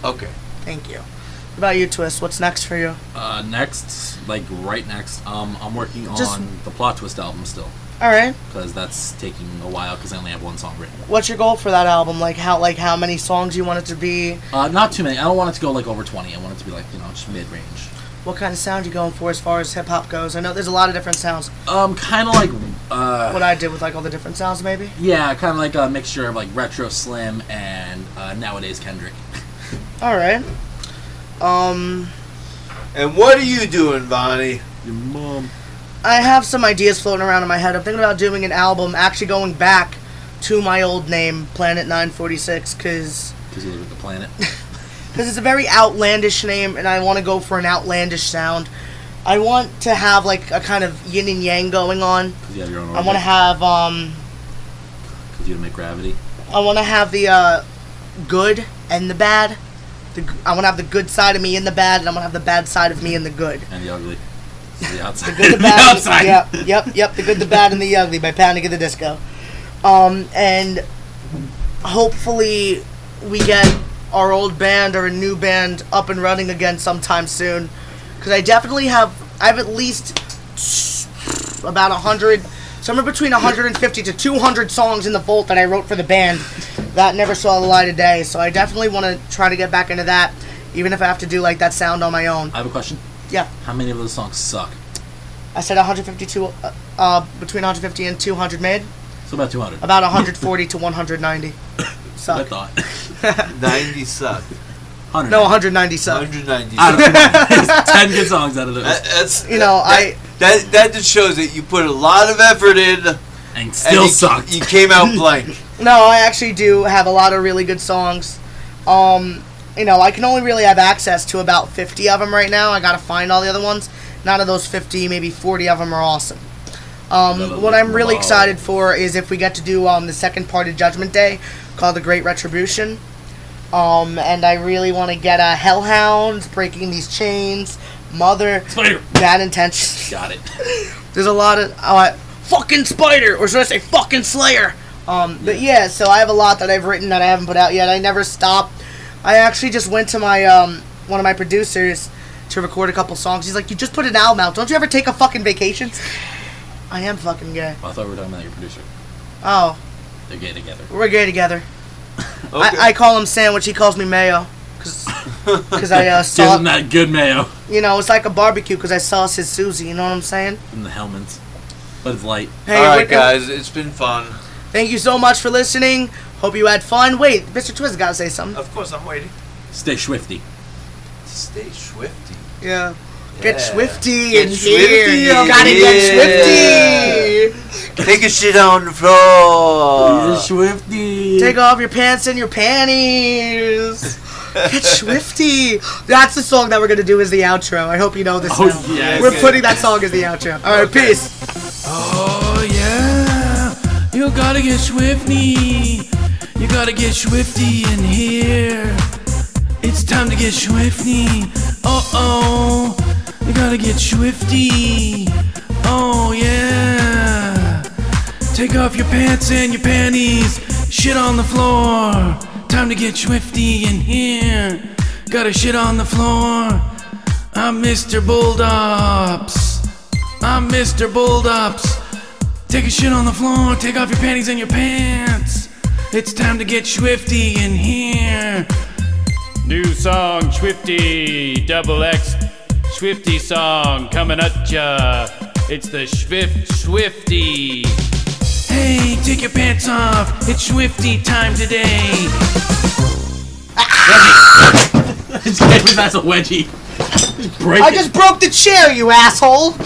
Speaker 1: Okay.
Speaker 2: Thank you. What about you, Twist? What's next for you?
Speaker 3: Uh, next, like right next, um, I'm working on
Speaker 2: Just-
Speaker 3: the plot twist album still
Speaker 2: Alright.
Speaker 3: because that's taking a while because I only have one song written.
Speaker 2: What's your goal for that album? Like how like how many songs you want it to be?
Speaker 3: Uh, not too many. I don't want it to go like over 20. I want it to be like you know just mid range.
Speaker 2: What kind of sound you going for as far as hip hop goes? I know there's a lot of different sounds.
Speaker 3: Um, kind of like uh,
Speaker 2: What I did with like all the different sounds maybe?
Speaker 3: yeah, kind of like a mixture of like retro slim and uh, nowadays Kendrick.
Speaker 2: Alright. Um
Speaker 1: And what are you doing, Bonnie?
Speaker 3: Your mom.
Speaker 2: I have some ideas floating around in my head. I'm thinking about doing an album actually going back to my old name, Planet 946, because
Speaker 3: Because you live with the planet.
Speaker 2: because it's a very outlandish name, and I want to go for an outlandish sound. I want to have like a kind of yin and yang going on.
Speaker 3: 'Cause you have your own.
Speaker 2: I want to have um,
Speaker 3: Because you make gravity.
Speaker 2: I want to have the uh, good and the bad. The, g- I want to have the good side of me and the bad, and I want to have the bad side of me and the good.
Speaker 3: and the ugly. So the outside.
Speaker 2: Good, the bad,
Speaker 3: the outside.
Speaker 2: Yep, yep, yep. The good, the bad, and the ugly by Panic at the Disco. Um, and hopefully we get our old band or a new band up and running again sometime soon. Because I definitely have, I have at least about a hundred, somewhere between 150 to 200 songs in the vault that I wrote for the band that never saw the light of day. So I definitely want to try to get back into that, even if I have to do like that sound on my own.
Speaker 3: I have a question.
Speaker 2: Yeah.
Speaker 3: How many of those songs suck?
Speaker 2: I said 152, uh, uh, between 150 and 200 made.
Speaker 3: So about 200.
Speaker 2: About 140 to 190
Speaker 3: I
Speaker 2: suck.
Speaker 3: thought.
Speaker 1: 90 suck.
Speaker 3: 100.
Speaker 2: No, 190 suck.
Speaker 1: 190
Speaker 3: I
Speaker 1: suck.
Speaker 3: don't know. There's 10 good songs out of those.
Speaker 1: That-
Speaker 2: Uh,
Speaker 1: that's
Speaker 2: You know, I
Speaker 1: That that just shows that you put a lot of effort in and
Speaker 3: And still
Speaker 1: you,
Speaker 3: sucked.
Speaker 1: you came out blank.
Speaker 2: no, I actually do have a lot of really good songs. Um, you know, I can only really have access to about 50 of them right now. I gotta find all the other ones. None of those 50, maybe 40 of them are awesome. Um, what I'm really excited for is if we get to do um, the second part of Judgment Day called The Great Retribution. Um, and I really want to get a Hellhound, Breaking These Chains, Mother,
Speaker 3: Spider.
Speaker 2: Bad Intentions.
Speaker 3: Got it.
Speaker 2: There's a lot of uh, fucking spider, or should I say fucking slayer? Um, but yeah, so I have a lot that I've written that I haven't put out yet. I never stopped. I actually just went to my um, one of my producers to record a couple songs. He's like, "You just put an album out. Don't you ever take a fucking vacation?" I am fucking gay.
Speaker 3: I thought we were talking about your producer.
Speaker 2: Oh,
Speaker 3: They're gay together.
Speaker 2: we're gay together.
Speaker 1: Okay.
Speaker 2: I, I call him sandwich. He calls me mayo, cause, 'cause I uh,
Speaker 3: Give them
Speaker 2: saw.
Speaker 3: that good mayo
Speaker 2: You know, it's like a barbecue because I sauce his Susie. You know what I'm saying?
Speaker 3: from the Hellmans. But it's light.
Speaker 2: Hey,
Speaker 1: All right,
Speaker 2: Whitney-
Speaker 1: guys, it's been fun.
Speaker 2: Thank you so much for listening. Hope you had fun. Wait, Mr. Twist got to say something.
Speaker 1: Of course, I'm waiting.
Speaker 3: Stay swifty.
Speaker 1: Stay swifty.
Speaker 2: Yeah. Get
Speaker 1: Yeah.
Speaker 2: swifty
Speaker 1: Get
Speaker 2: in here.
Speaker 1: swifty
Speaker 2: You
Speaker 1: up
Speaker 2: gotta
Speaker 1: here.
Speaker 2: get swifty.
Speaker 1: Take a shit on the floor.
Speaker 3: swifty.
Speaker 2: Uh, Take off your pants and your panties. Get swifty. That's the song that we're gonna do as the outro. I hope you know this.
Speaker 3: Oh,
Speaker 2: now.
Speaker 3: yes.
Speaker 2: We're putting that song as the outro. All right, peace.
Speaker 5: Oh yeah, you gotta get swifty. You gotta get swifty in here. It's time to get swifty. Uh oh, you gotta get swifty. Oh yeah, take off your pants and your panties. Shit on the floor. Time to get swifty in here. Gotta shit on the floor. I'm Mr. Bulldops. I'm Mr. Bulldops. Take a shit on the floor. Take off your panties and your pants. It's time to get swifty in here.
Speaker 7: New song, Swifty, double X, Swifty song coming at ya. It's the Swift Swifty.
Speaker 5: Hey, take your pants off. It's swifty time today.
Speaker 3: That's a wedgie. Break
Speaker 2: I
Speaker 3: it.
Speaker 2: just broke the chair, you asshole.